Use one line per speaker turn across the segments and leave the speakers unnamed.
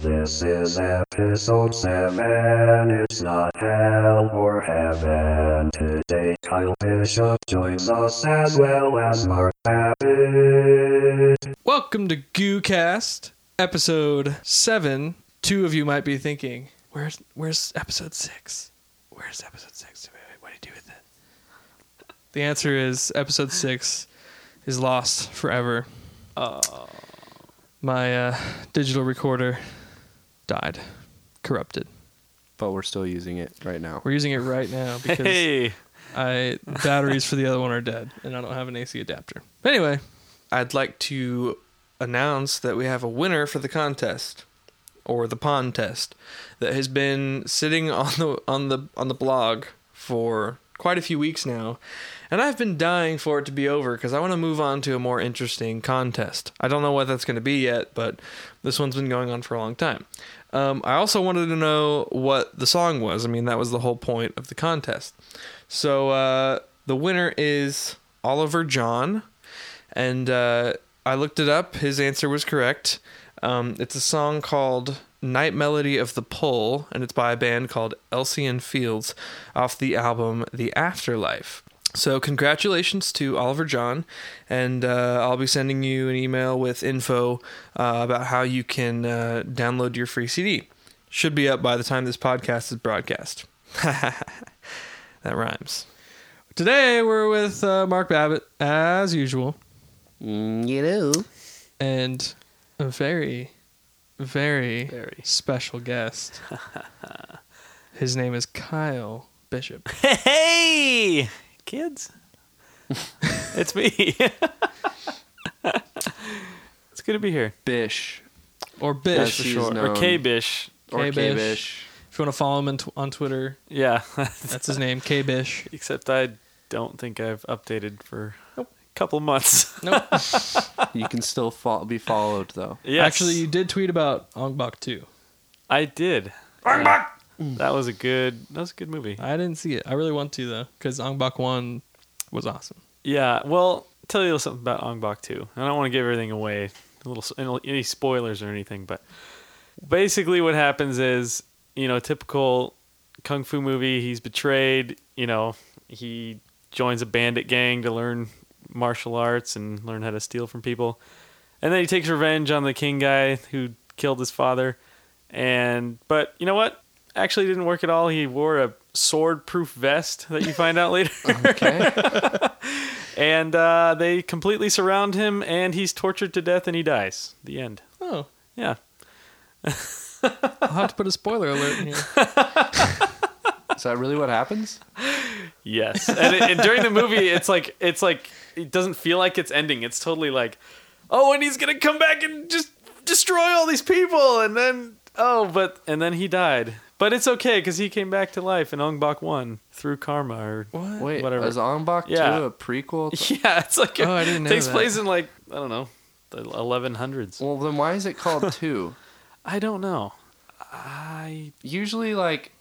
This is episode 7. It's not hell or heaven. Today, Kyle Bishop joins us as well as Mark Abbott.
Welcome to GooCast, episode seven. Two of you might be thinking, "Where's where's episode six? Where's episode six? What do you do with it?" The answer is episode six is lost forever. Oh. My uh, digital recorder died, corrupted.
but we're still using it right now.
We're using it right now because
Hey,
I batteries for the other one are dead, and I don't have an AC adapter. Anyway, I'd like to announce that we have a winner for the contest, or the pond test, that has been sitting on the on the on the blog for quite a few weeks now, and I've been dying for it to be over because I want to move on to a more interesting contest. I don't know what that's going to be yet, but this one's been going on for a long time. Um, I also wanted to know what the song was. I mean, that was the whole point of the contest. So uh, the winner is Oliver John, and uh, I looked it up. His answer was correct. Um, it's a song called "Night Melody of the Pull," and it's by a band called Elsian Fields, off the album "The Afterlife." So congratulations to Oliver John, and uh, I'll be sending you an email with info uh, about how you can uh, download your free CD. Should be up by the time this podcast is broadcast. That rhymes. Today we're with uh, Mark Babbitt as usual,
Mm, You know.
and a very, very,
Very.
special guest. His name is Kyle Bishop.
hey, kids! it's me. it's good to be here.
Bish.
Or Bish
Yes,
for
he's
short.
known.
Or
Um,
K Bish.
Or
K-Bish.
K-Bish.
If you want to follow him on, tw- on Twitter,
Yeah.
that's his name, K Bish.
Except I don't think I've updated for a couple months.
Nope.
You can still fo- be followed, though.
yes.
Actually, you did tweet about Ong Bak too.
I did. That was a good. That was a good movie.
I didn't see it. I really want to though, because Ong Bak one was awesome.
Yeah. Well, tell you a little something about Ong Bak too. I don't want to give everything away, a little any- any spoilers or anything, but basically what happens is, you know, typical kung fu movie. He's betrayed. You know, he joins a bandit gang to learn martial arts and learn how to steal from people, and then he takes revenge on the king guy who killed his father. And but you know what? Actually, didn't work at all. He wore a sword-proof vest that you find out later.
Okay.
And uh, they completely surround him, and he's tortured to death, and he dies. The end.
Oh,
Yeah.
I'll have to put a spoiler alert in here.
Is that really what happens?
Yes. And, it, and during the movie, it's like it's like it doesn't feel like it's ending. It's totally like, oh, and he's gonna come back and just destroy all these people, and then oh, but and then he died. But it's okay because he came back to life, and Ong Bak won through karma or
What?
Wait,
Whatever.
is Anbach
Yeah.
2 a prequel? to-
yeah, it's like
Oh, I didn't know
takes
that.
place in like I don't know the 1100s.
Well, then why is it called 2?
I don't know. I
Usually, like,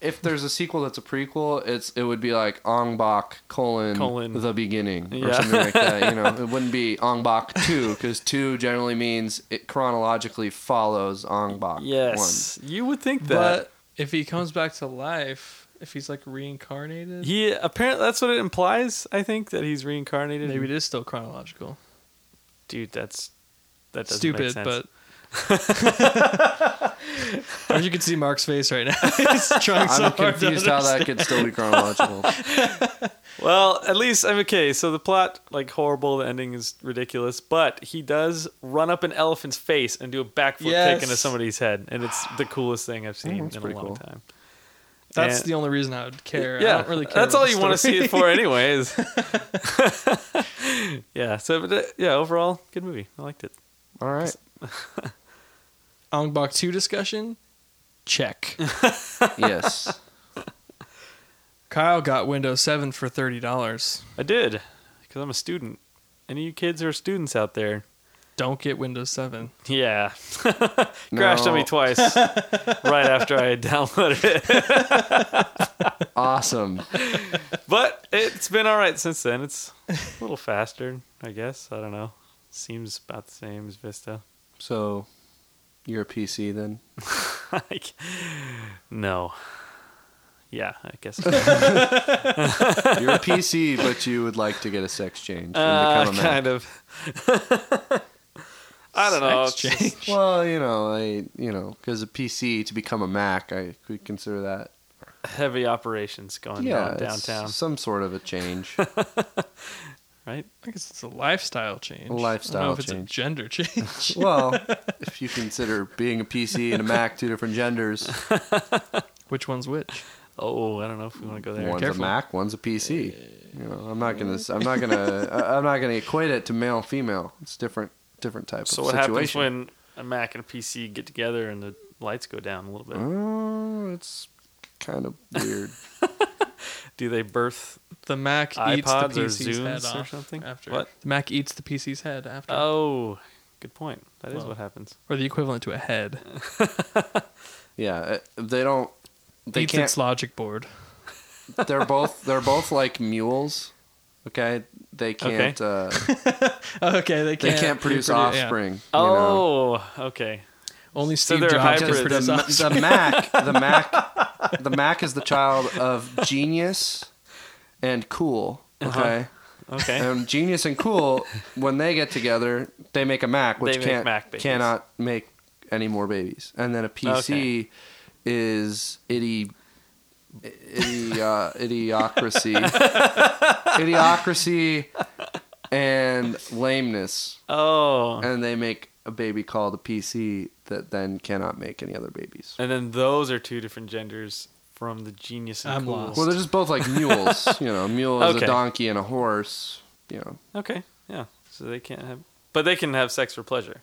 if there's a sequel that's a prequel, it's it would be like Anbach colon,
Colon.
the beginning or
Yeah.
something like that. You know, it wouldn't be Anbach 2 because 2 generally means it chronologically follows Anbach 1.
yes, you would think that.
But if he comes back to life, if he's like reincarnated,
He apparently that's what it implies. I think that he's reincarnated.
maybe it is still chronological.
dude, that's that doesn't make
Stupid,
sense.
but. As you can see, Mark's face right now. He's trying so
I'm
hard to
confused how
understand.
that could still be chronological.
well, at least I'm okay. So the plot, like horrible, the ending is ridiculous. But he does run up an elephant's face and do a backflip
Yes.
kick into somebody's head, and it's the coolest thing I've seen
that's
in a
pretty
long
cool.
time.
That's
And-
the only reason I would care.
Yeah,
I don't really care.
That's
about
all
the
you want to see
story.
it for, anyways. yeah. So but, uh, yeah, overall, good movie. I liked it.
All right.
Ong Bak 2 discussion? Check.
Yes.
Kyle got Windows 7 for $30.
I did because I'm a student. Any of you kids who are students out there?
Don't get Windows 7.
Yeah. Crashed on me
No.
twice right after I had downloaded it.
Awesome.
But it's been all right since then. It's a little faster, I guess. I don't know. Seems about the same as Vista.
So You're a PC then.
Like, no. Yeah, I guess.
You're a PC, but you would like to get a sex change and
uh,
become a man.
kind of. I don't know.
Sex change.
Well, you know, I you know, because a PC to become a Mac, I could consider that
Heavy operations going
yeah
down
it's
downtown,
some sort of a change.
right?
I guess it's a lifestyle change.
A lifestyle
I don't know if it's
change.
a gender change.
well, if you consider being a PC and a Mac two different genders,
which one's which?
Oh, I don't know if we want to go there.
one's
careful.
a Mac, one's a
Eh.
PC. You know, I'm not gonna I'm not gonna I- I'm not gonna equate it to male female. It's different different type
So
of
what happens
situation.
when a Mac and a PC get together and the lights go down a little bit?
Oh, it's kind of weird.
Do they birth?
The Mac eats
iPods
the
or
PC's head
Zunes or
off
something?
After
What?
The Mac eats the PC's head after,
Oh, good point. That is
Well.
what happens.
or the equivalent to a head.
yeah, uh, they don't. They
eats
can't.
its logic board.
they're both. They're both like mules. Okay, they can't. Uh,
Okay, they
they
can't.
can't produce
reprodu- yeah.
offspring. you know.
Oh, okay.
Only
So
Steve
they're
Jobs
hybrids.
can
Because
produce
the,
offspring.
the Mac, the Mac, the Mac is the child of genius and cool.
Uh-huh.
Okay,
Okay.
and genius and cool when they get together, they make a Mac, which
They make
can't
Mac babies.
cannot make any more babies. And then a PC is itty. Idi, uh, idiocracy, idiocracy, and lameness,
oh.
and they make a baby called a PC that then cannot make any other babies.
And then those are two different genders from the genius and
I'm
cool.
lost.
Well, they're just both like mules. You know, a mule is
Okay.
a donkey and a horse. You know,
Okay. Yeah. So they can't have, but they can have sex for pleasure,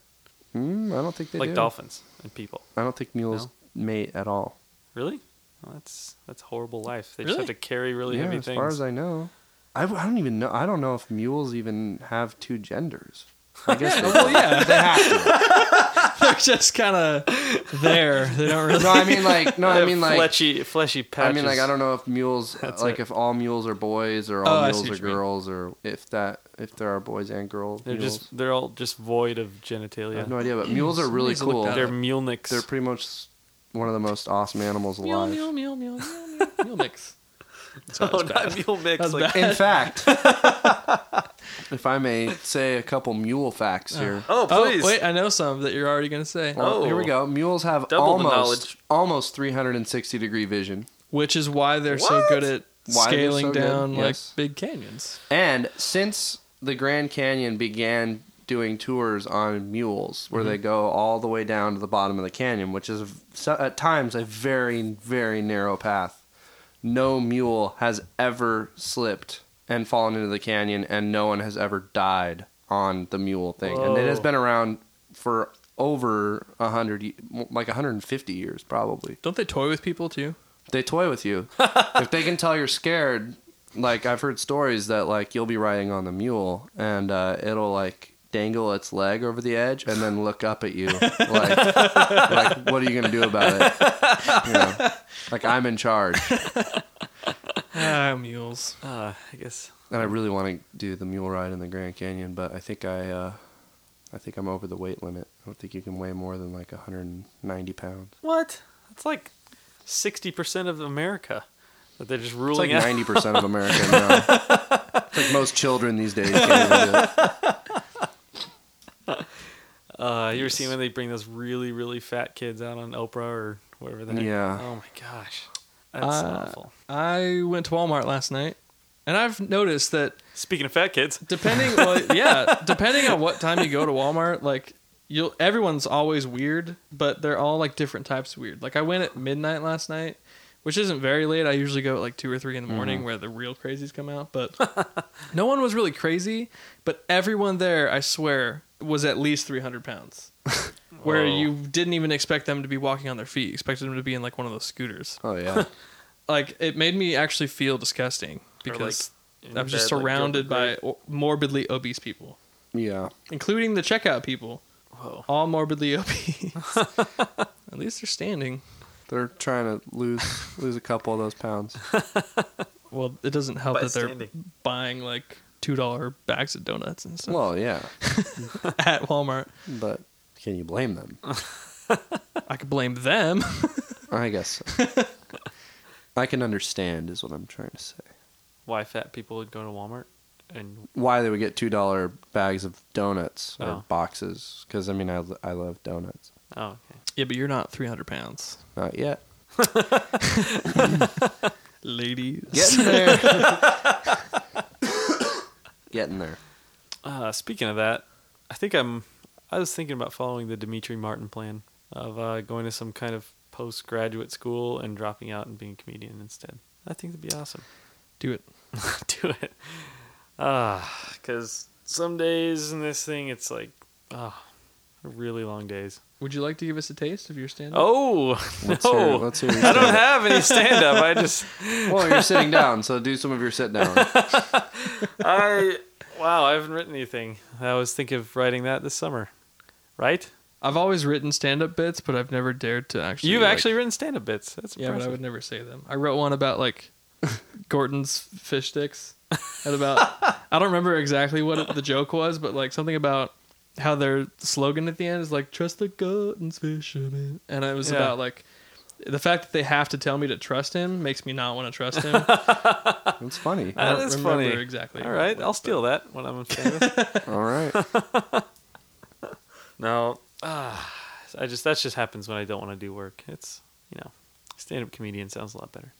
mm, I don't think they
like
do.
dolphins and people.
I don't think mules mate at all.
Really? Well, that's that's a horrible life. They
Really?
just have to carry really
yeah,
heavy
as
things.
far as I know, I, w- I don't even know. I don't know if mules even have two genders. I guess they, well, yeah. they have
they're just kind of there. They don't
to.
really.
No, I mean like no,
They
I
have
mean like
fleshy fleshy
I
patches.
mean like I don't know if mules like if all mules are boys or
Oh,
all
I see
mules
what
are
you mean.
girls or if that if there are boys and girls.
They're
mules.
just they're all just void of
I have
genitalia.
no idea, but mules are really
Somebody's looked
cool.
that
They're Oh,
They're
up.
muleniks.
they're pretty much one of the most awesome animals
Meow
alive.
meow meow meow meow meow. Meow mix. Sorry,
oh,
that's bad.
not muleniks.
That's
Like,
bad.
In fact, if I may say a couple mule facts here.
oh,
Oh
please.
wait, I know some that you're already gonna say,
Well,
oh.
here we go. Mules have
Double the
almost
knowledge.
almost 360 degree vision
which is why they're so
What?
good at
Why they're
scaling
so good,
down like
yes.
big canyons.
And since the Grand Canyon began doing tours on mules,
Mm-hmm.
where they go all the way down to the bottom of the canyon, which is so- at times a very, very narrow path, no mule has ever slipped and fallen into the canyon, and no one has ever died on the mule thing. And it has
Whoa.
been around for over a 100, ye- like 150 years probably
Don't they toy with people too?
they toy with you. if they can tell you're scared, like I've heard stories that like you'll be riding on the mule and uh, it'll like dangle its leg over the edge and then look up at you like, like what are you gonna do about it? You know, like I'm in charge,
Ah, mules.
Uh, I guess
and I really want to do the mule ride in the Grand Canyon, but I think I. Uh, I think I'm over the weight limit. I don't think you can weigh more than like 190 pounds.
what? That's like sixty percent of America that they're just
It's like
ruling out.
90% of America now. It's like most children these days can't even do it.
Uh, you ever seen when they bring those really really fat kids out on Oprah or whatever the heck?
Yeah.
Oh my gosh, that's
Uh,
awful.
I went to Walmart last night, and I've noticed that
Speaking of fat kids,
depending well yeah depending on what time you go to walmart like you'll everyone's always weird but they're all like different types of weird like i went at midnight last night which isn't very late i usually go at like two or three in the morning where the real crazies come out but no one was really crazy but everyone there i swear was at least 300 pounds where
Whoa.
you didn't even expect them to be walking on their feet you expected them to be in like one of those scooters
Oh yeah.
like it made me actually feel disgusting because
in
i'm just
bed, like,
surrounded by
Gilbert
o- morbidly obese people
Yeah.
including the checkout people,
Whoa.
all morbidly obese. At least they're standing.
They're trying to lose lose a couple of those pounds.
Well, it doesn't help
By
that they're
standing.
buying like two dollar bags of donuts and stuff
Well, yeah,
at Walmart.
but can you blame them?
I could blame them.
I guess so. I can understand, is what I'm trying to say.
Why fat people would go to Walmart and
Why they would get $2 bags of donuts or
Oh.
boxes. Because, I mean, I, I love donuts.
oh okay.
yeah, but you're not 300 pounds,
Not yet.
ladies.
Getting there. Getting there.
Uh, speaking of that, I think I'm. I was thinking about following the Dimitri Martin plan of uh, going to some kind of postgraduate school and dropping out and being a comedian instead. I think that'd be awesome.
Do it.
Do it, because some days in this thing it's like, ah, really long days.
Would you like to give us a taste of your stand up?
Oh
Let's
no,
hear, let's hear your
I don't
stand-up.
have any stand up. I just
Well, you're sitting down, so do some of your sit down.
I wow, I haven't written anything. I was thinking of writing that this summer, right?
I've always written stand up bits, but I've never dared to actually.
You've
like-
actually written stand up bits. That's
Yeah,
impressive.
but I would never say them. I wrote one about like Gordon's fish sticks and about I don't remember exactly what it- the joke was, but like something about how their slogan at the end is like trust the Gordon's fisherman, and it was
Yeah.
about like the fact that they have to tell me to trust him makes me not want to trust him.
It's funny.
I don't
That is
remember
funny.
exactly.
All right, I'll steal that when I'm famous.
All right.
no, ah, I just that just happens when I don't want to do work. It's you know, stand-up comedian sounds a lot better.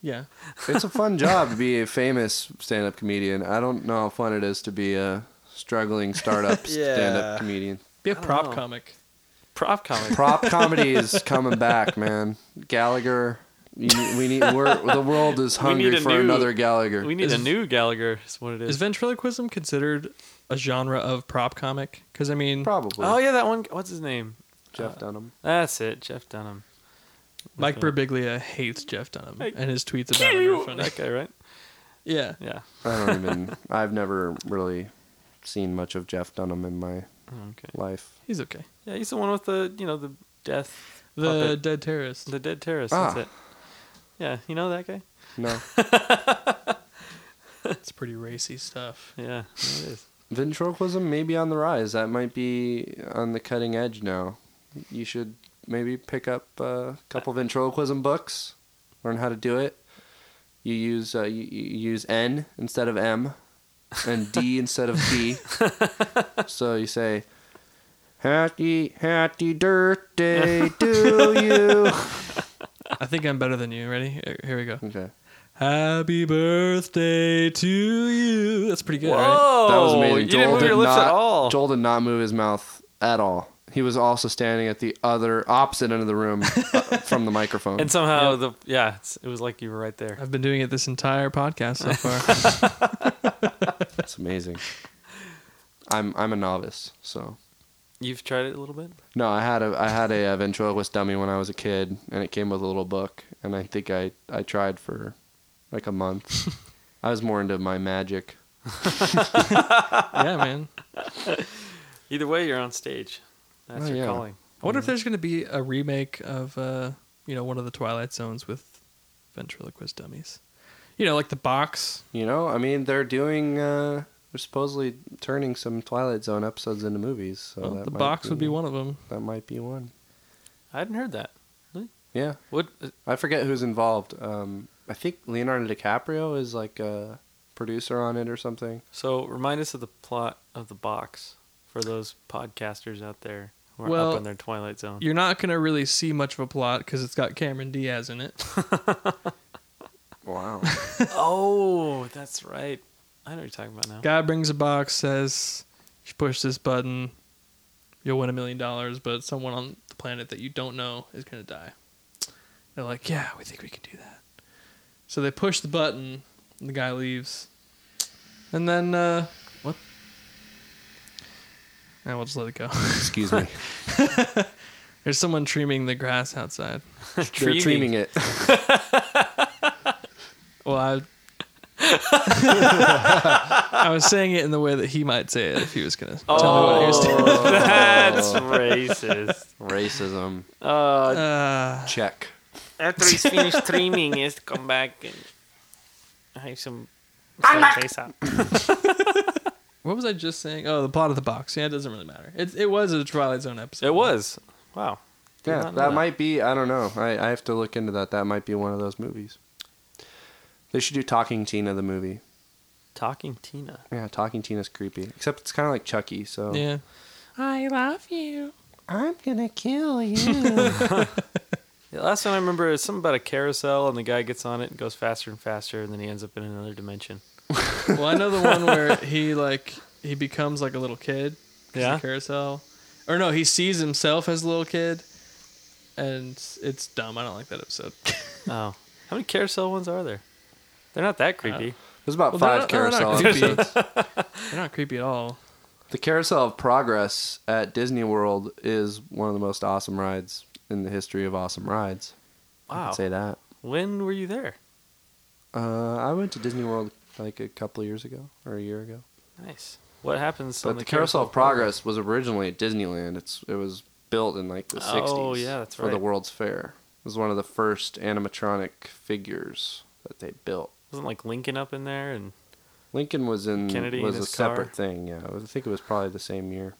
Yeah,
It's a fun job to be a famous stand up comedian. I don't know how fun it is to be a struggling startup stand up comedian.
be a
don't
prop
know.
comic.
Prop comic.
Prop comedy is coming back, man. Gallagher. You, need- we need we're, the world is
We need
hungry
a
for
new-
another Gallagher.
we need
Is-
a new Gallagher. Is what it is.
Is ventriloquism considered a genre of prop comic? Because I mean,
Probably
oh yeah, that one. What's his name?
Jeff Dunham.
That's it, Jeff Dunham.
Mike Birbiglia hates Jeff Dunham,
Hey,
and his tweets about him are funny.
That guy, right?
Yeah,
Yeah.
I don't even. I've never really seen much of Jeff Dunham in my
Okay.
life.
he's okay.
Yeah, he's the one with the you know the death,
The
Puppet.
dead terrorist.
the dead terrorist.
Ah.
That's it. Yeah, you know that guy.
No.
It's pretty racy stuff.
Yeah, it is.
Ventriloquism may be on the rise. That might be on the cutting edge now. You should maybe pick up a couple ventriloquism books, learn how to do it. You use uh, you, you use N instead of M, and D instead of B. so you say, "Happy, happy dirt day to
I think I'm better than you. Ready? Here- Here we go.
you." Okay,
Happy birthday to you. That's pretty good. Right?
Whoa!
that was amazing.
Oh, You didn't move your lips
not,
at all.
Joel did not move his mouth at all. He was also standing at the other opposite end of the room uh, from the microphone.
And somehow the yeah, it's, it was like you were right there.
I've been doing it this entire podcast so far.
It's amazing. I'm I'm a novice, so
You've tried it a little bit.
no. I had a I had a, uh ventriloquist dummy when I was a kid, and it came with a little book, and I think I I tried for like a month. I was more into my magic.
yeah, man.
Either way, you're on stage. That's
Oh,
your
yeah.
calling.
I wonder if there's going to be a remake of uh, you know, one of the Twilight Zones with ventriloquist dummies. You know, like the box.
You know, I mean, they're doing uh, they're supposedly turning some Twilight Zone episodes into movies, so
Well,
Oh, that
the
might
box would be one of them.
That might be one.
I hadn't heard that.
Yeah,
What?
I forget who's involved. Um, I think Leonardo DiCaprio is like a producer on it or something.
So remind us of the plot of the box for those podcasters out there who are
Well,
up in their twilight zone.
You're not going to really see much of a plot because it's got Cameron Diaz in it.
Wow.
oh, that's right. I know what you're talking about now.
Guy brings a box, says, "You push this button, you'll win a million dollars, but someone on the planet that you don't know is gonna die." They're like, "Yeah, we think we can do that." So they push the button, and the guy leaves, and then uh, what? And we'll just let it go.
Excuse me.
There's someone trimming the grass outside.
They're treating it.
Well, I. I was saying it in the way that he might say it if he was gonna tell me what he was doing.
Oh, that's racist.
Racism.
Uh,
Uh,
Check.
After he's finished streaming, he has to come back and have some face up.
What was I just saying? Oh, the plot of the box. Yeah, it doesn't really matter. It it was a Twilight Zone episode.
It was. Wow. Did
Yeah,
not
that,
know
might be. I don't know. I, I have to look into that. That might be one of those movies. They should do Talking Tina the movie.
Talking Tina.
Yeah, Talking Tina's creepy. Except it's kind of like Chucky. So
Yeah. I love you.
I'm gonna kill you.
The last one I remember is something about a carousel and the guy gets on it and goes faster and faster and then he ends up in another dimension.
Well, I know the one where he like he becomes like a little kid. 'cause
Yeah.
The carousel. Or no, he sees himself as a little kid, and it's dumb. I don't like that episode.
Oh. How many carousel ones are there? They're not that creepy.
Uh,
There's about
Well,
five
they're not- they're
carousel
not creepy.
episodes.
They're not creepy at all.
The Carousel of Progress at Disney World is one of the most awesome rides in the history of awesome rides. I
Wow.
can say that.
When were you there?
Uh, I went to Disney World like a couple of years ago or a year ago.
Nice. What happens
But
on
the,
the,
Carousel of Progress was originally at Disneyland. It's it was built in like the
Oh,
60s.
yeah, that's
For the
right.
World's Fair. It was one of the first animatronic figures that they built.
Wasn't like Lincoln up in there and
Lincoln was in
Kennedy in
was a
his car.
separate thing. Yeah, I think it was probably the same year.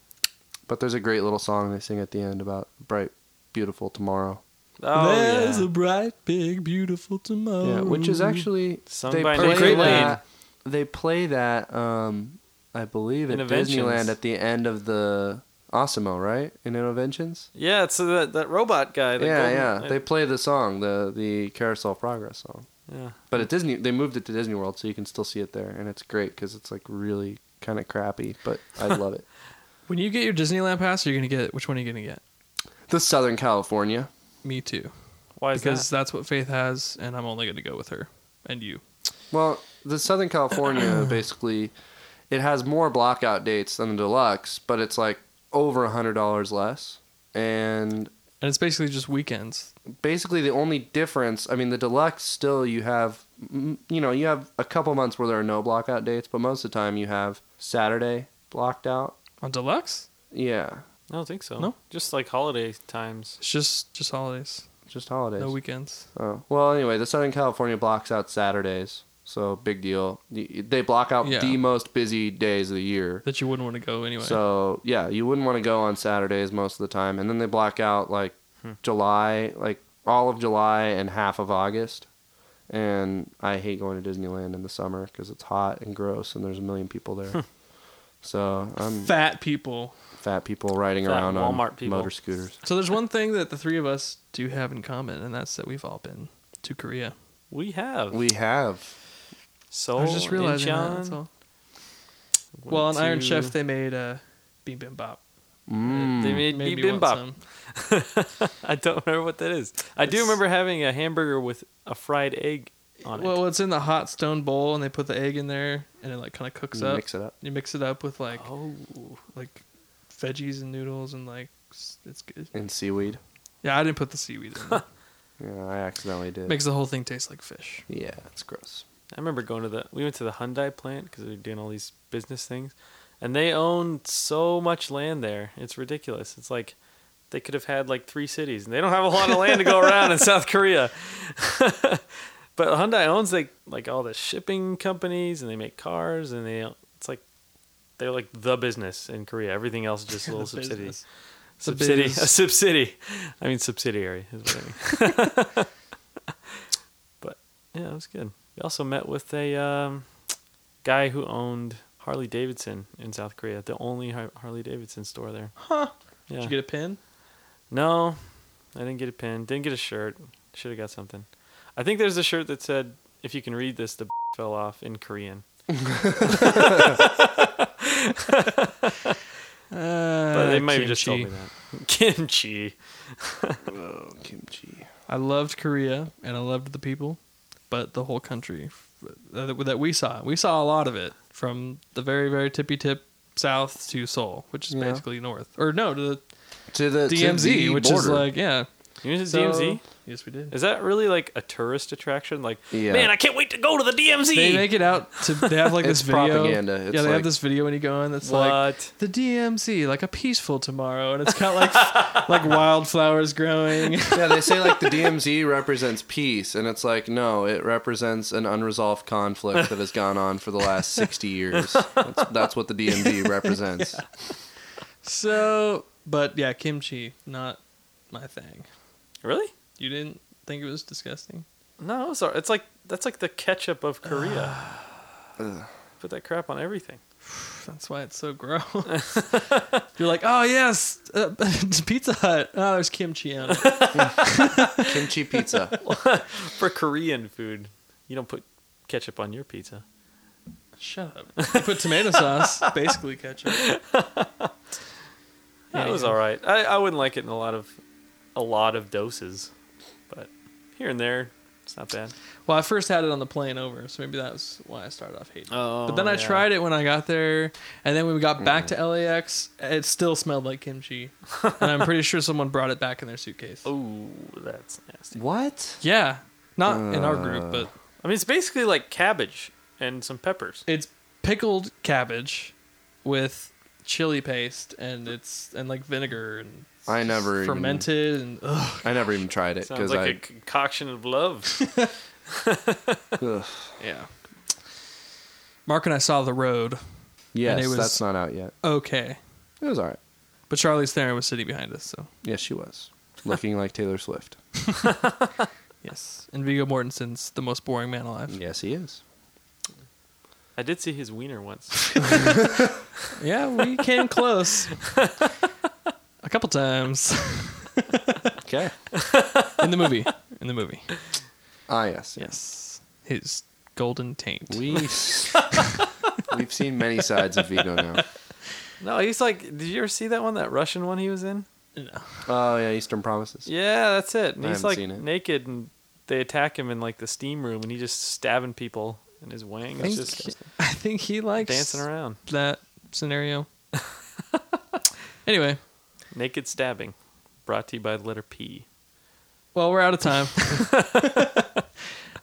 But there's a great little song they sing at the end about bright, beautiful tomorrow.
Oh
There's
yeah.
a bright, big, beautiful tomorrow.
Yeah, which
Um,
is actually
Sung
they
by
play
Nick Lane.
that. They play that. Um, I believe at
Interventions.
Disneyland at the end of the Osimo, right? In Interventions.
Yeah, it's uh, that that robot guy. the
yeah,
golden-
yeah. They play the song, the the Carousel of Progress song.
yeah.
But at Disney, they moved it to Disney World, so you can still see it there, and it's great because it's like really kind of crappy, but I love it.
When you get your Disneyland pass, are you gonna get which one are you gonna get?
The Southern California.
Me too,
Why is
because
that?
that's what Faith has, and I'm only gonna go with her and you.
Well, the Southern California basically it has more blockout dates than the deluxe, but it's like over a hundred dollars less. And
And it's basically just weekends.
basically the only difference, I mean, the deluxe still you have, mm, you know, you have a couple months where there are no blockout dates, but most of the time you have Saturday blocked out.
On deluxe,
Yeah,
I don't think so.
No?
Just like holiday times.
it's just just holidays,
just holidays.
no weekends.
Oh. Well, anyway, the Southern California blocks out Saturdays, so big deal. Y- They block out
Yeah.
the most busy days of the year.
that you wouldn't want to go anyway.
So yeah, you wouldn't want to go on Saturdays most of the time, and then they block out like July, like all of July and half of August. And I hate going to Disneyland in the summer because it's hot and gross, and there's a million people there. so
um,
I'm
fat people.
fat people riding
Fat
around on
Walmart people.
motor scooters.
So there's one thing that the three of us do have in common, and that's that we've all been to Korea.
We have.
We have
Seoul,
I was just realizing that.
Oh, Incheon,
That's all. Well, on
went
Iron
to-
Chef, they made uh, bibimbap.
mm,
They made
Made
me
me want
bimbap.
some.
I don't remember what that is. I do
It's-
remember having a hamburger with a fried egg on it.
Well, it's in the hot stone bowl, and they put the egg in there, and it like kind of cooks up.
mix it up.
You mix it up with like
oh,
like veggies and noodles, and like s- it's good.
and seaweed.
Yeah, I didn't put the seaweed in. it.
Yeah, I accidentally did.
Makes the whole thing taste like fish.
yeah, it's gross.
I remember going to the. We went to the Hyundai plant because we were doing all these business things, and they own so much land there. It's ridiculous. It's like they could have had like three cities, and they don't have a lot of land to go around in South Korea. but Hyundai owns like like all the shipping companies, and they make cars, and they it's like they're like the business in Korea. Everything else is just little
The
subsidies.
business. The
Subsidy, a
biz.
subsidy. I mean subsidiary is what I mean. but yeah, it was good. We also met with a um, guy who owned Harley Davidson in South Korea, the only Harley Davidson store there.
Huh?
Yeah.
Did you get a pin?
no, I didn't get a pin. Didn't get a shirt. Should have got something. I think there's a shirt that said, "If you can read this, the fell off" in Korean.
Uh,
But they might have just told me that. Kimchi.
Oh, kimchi.
I loved Korea and I loved the people, but the whole country uh, that that we saw, we saw a lot of it from the very very tippy tip south to Seoul, which is
Yeah.
basically north, or no, to the
To the to
DMZ,
the
which is
border.
like yeah,
You went to
So-
DMZ?
Yes, we did.
Is that really like a tourist attraction? Like,
Yeah.
man, I can't wait to go to the DMZ.
They make it out to. They have like
It's
this video.
propaganda. It's
yeah, they
like-
have this video when you go in that's
what?
like the DMZ, like a peaceful tomorrow, and it's got like like wildflowers growing.
yeah, they say like the DMZ represents peace, and it's like no, it represents an unresolved conflict that has gone on for the last sixty years. That's, that's what the DMZ represents.
So, but yeah, kimchi, not my thing.
really?
You didn't think it was disgusting?
No, sorry. It's like that's like the ketchup of Korea.
Ugh.
Put that crap on everything.
That's why it's so gross. You're like, oh yes, uh, it's Pizza Hut. Oh, there's kimchi on it.
Kimchi pizza.
For Korean food, you don't put ketchup on your pizza.
Shut up. You put tomato sauce, basically ketchup.
That
Yeah,
was
yeah.
all right. I, I wouldn't like it in a lot of a lot of doses, but here and there, it's not bad.
Well, I first had it on the plane over, so maybe that's why I started off hating. it.
Oh,
but then I
yeah. Mm.
tried it when I got there, and then when we got back to LAX, it still smelled like kimchi, and I'm pretty sure someone brought it back in their suitcase.
Oh, that's nasty.
What?
Yeah, not in our
Uh.
group, but
I mean, it's basically like cabbage and some peppers.
it's pickled cabbage with chili paste, and it's and like vinegar and
I never even-
fermented and ugh,
I never even tried it
Sounds
because
like a concoction of love.
I. ugh.
yeah. Mark and I saw the road.
Yes,
it was-
that's not out yet.
Okay,
It was all right.
but Charlie's Theron was sitting behind us, so
Yes, she was looking like Taylor Swift.
yes. And Viggo Mortensen's the most boring man alive.
Yes, he is.
I did see his wiener once.
Yeah, we came close. A couple times
Okay.
in the movie. In the movie.
Ah, yes.
Yes. His golden taint.
We we've seen many sides of Vigo now.
no, he's like, did you ever see that one? That Russian one he was in?
Oh yeah, Eastern Promises.
Yeah, that's it. And
I
he's
haven't
like
seen it.
naked, and they attack him in like the steam room, and he's just stabbing people in his wang.
I
It's
think,
just
I think he likes
dancing around,
that scenario. anyway,
naked stabbing. Brought to you by the letter P.
well, we're out of time.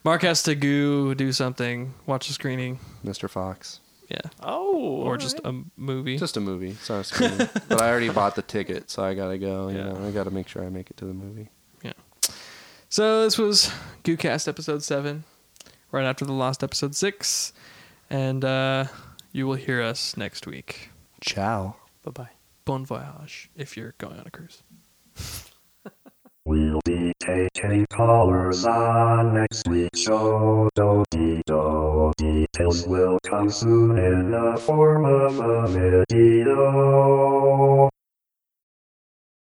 Mark has to go do something, watch a screening.
Mr. Fox.
Yeah.
Oh,
Or just a movie.
Just a movie. It's not a screening. but I already bought the ticket, so I gotta go. You
Yeah.
know, I gotta make sure I make it to the movie.
So this was GooCast episode seven, right after the lost episode six, and uh, you will hear us next week.
Ciao.
bye bye.
Bon voyage if you're going on a cruise.
We'll be taking callers on next week's show. Do-de-do. Details will come soon in the form of a video.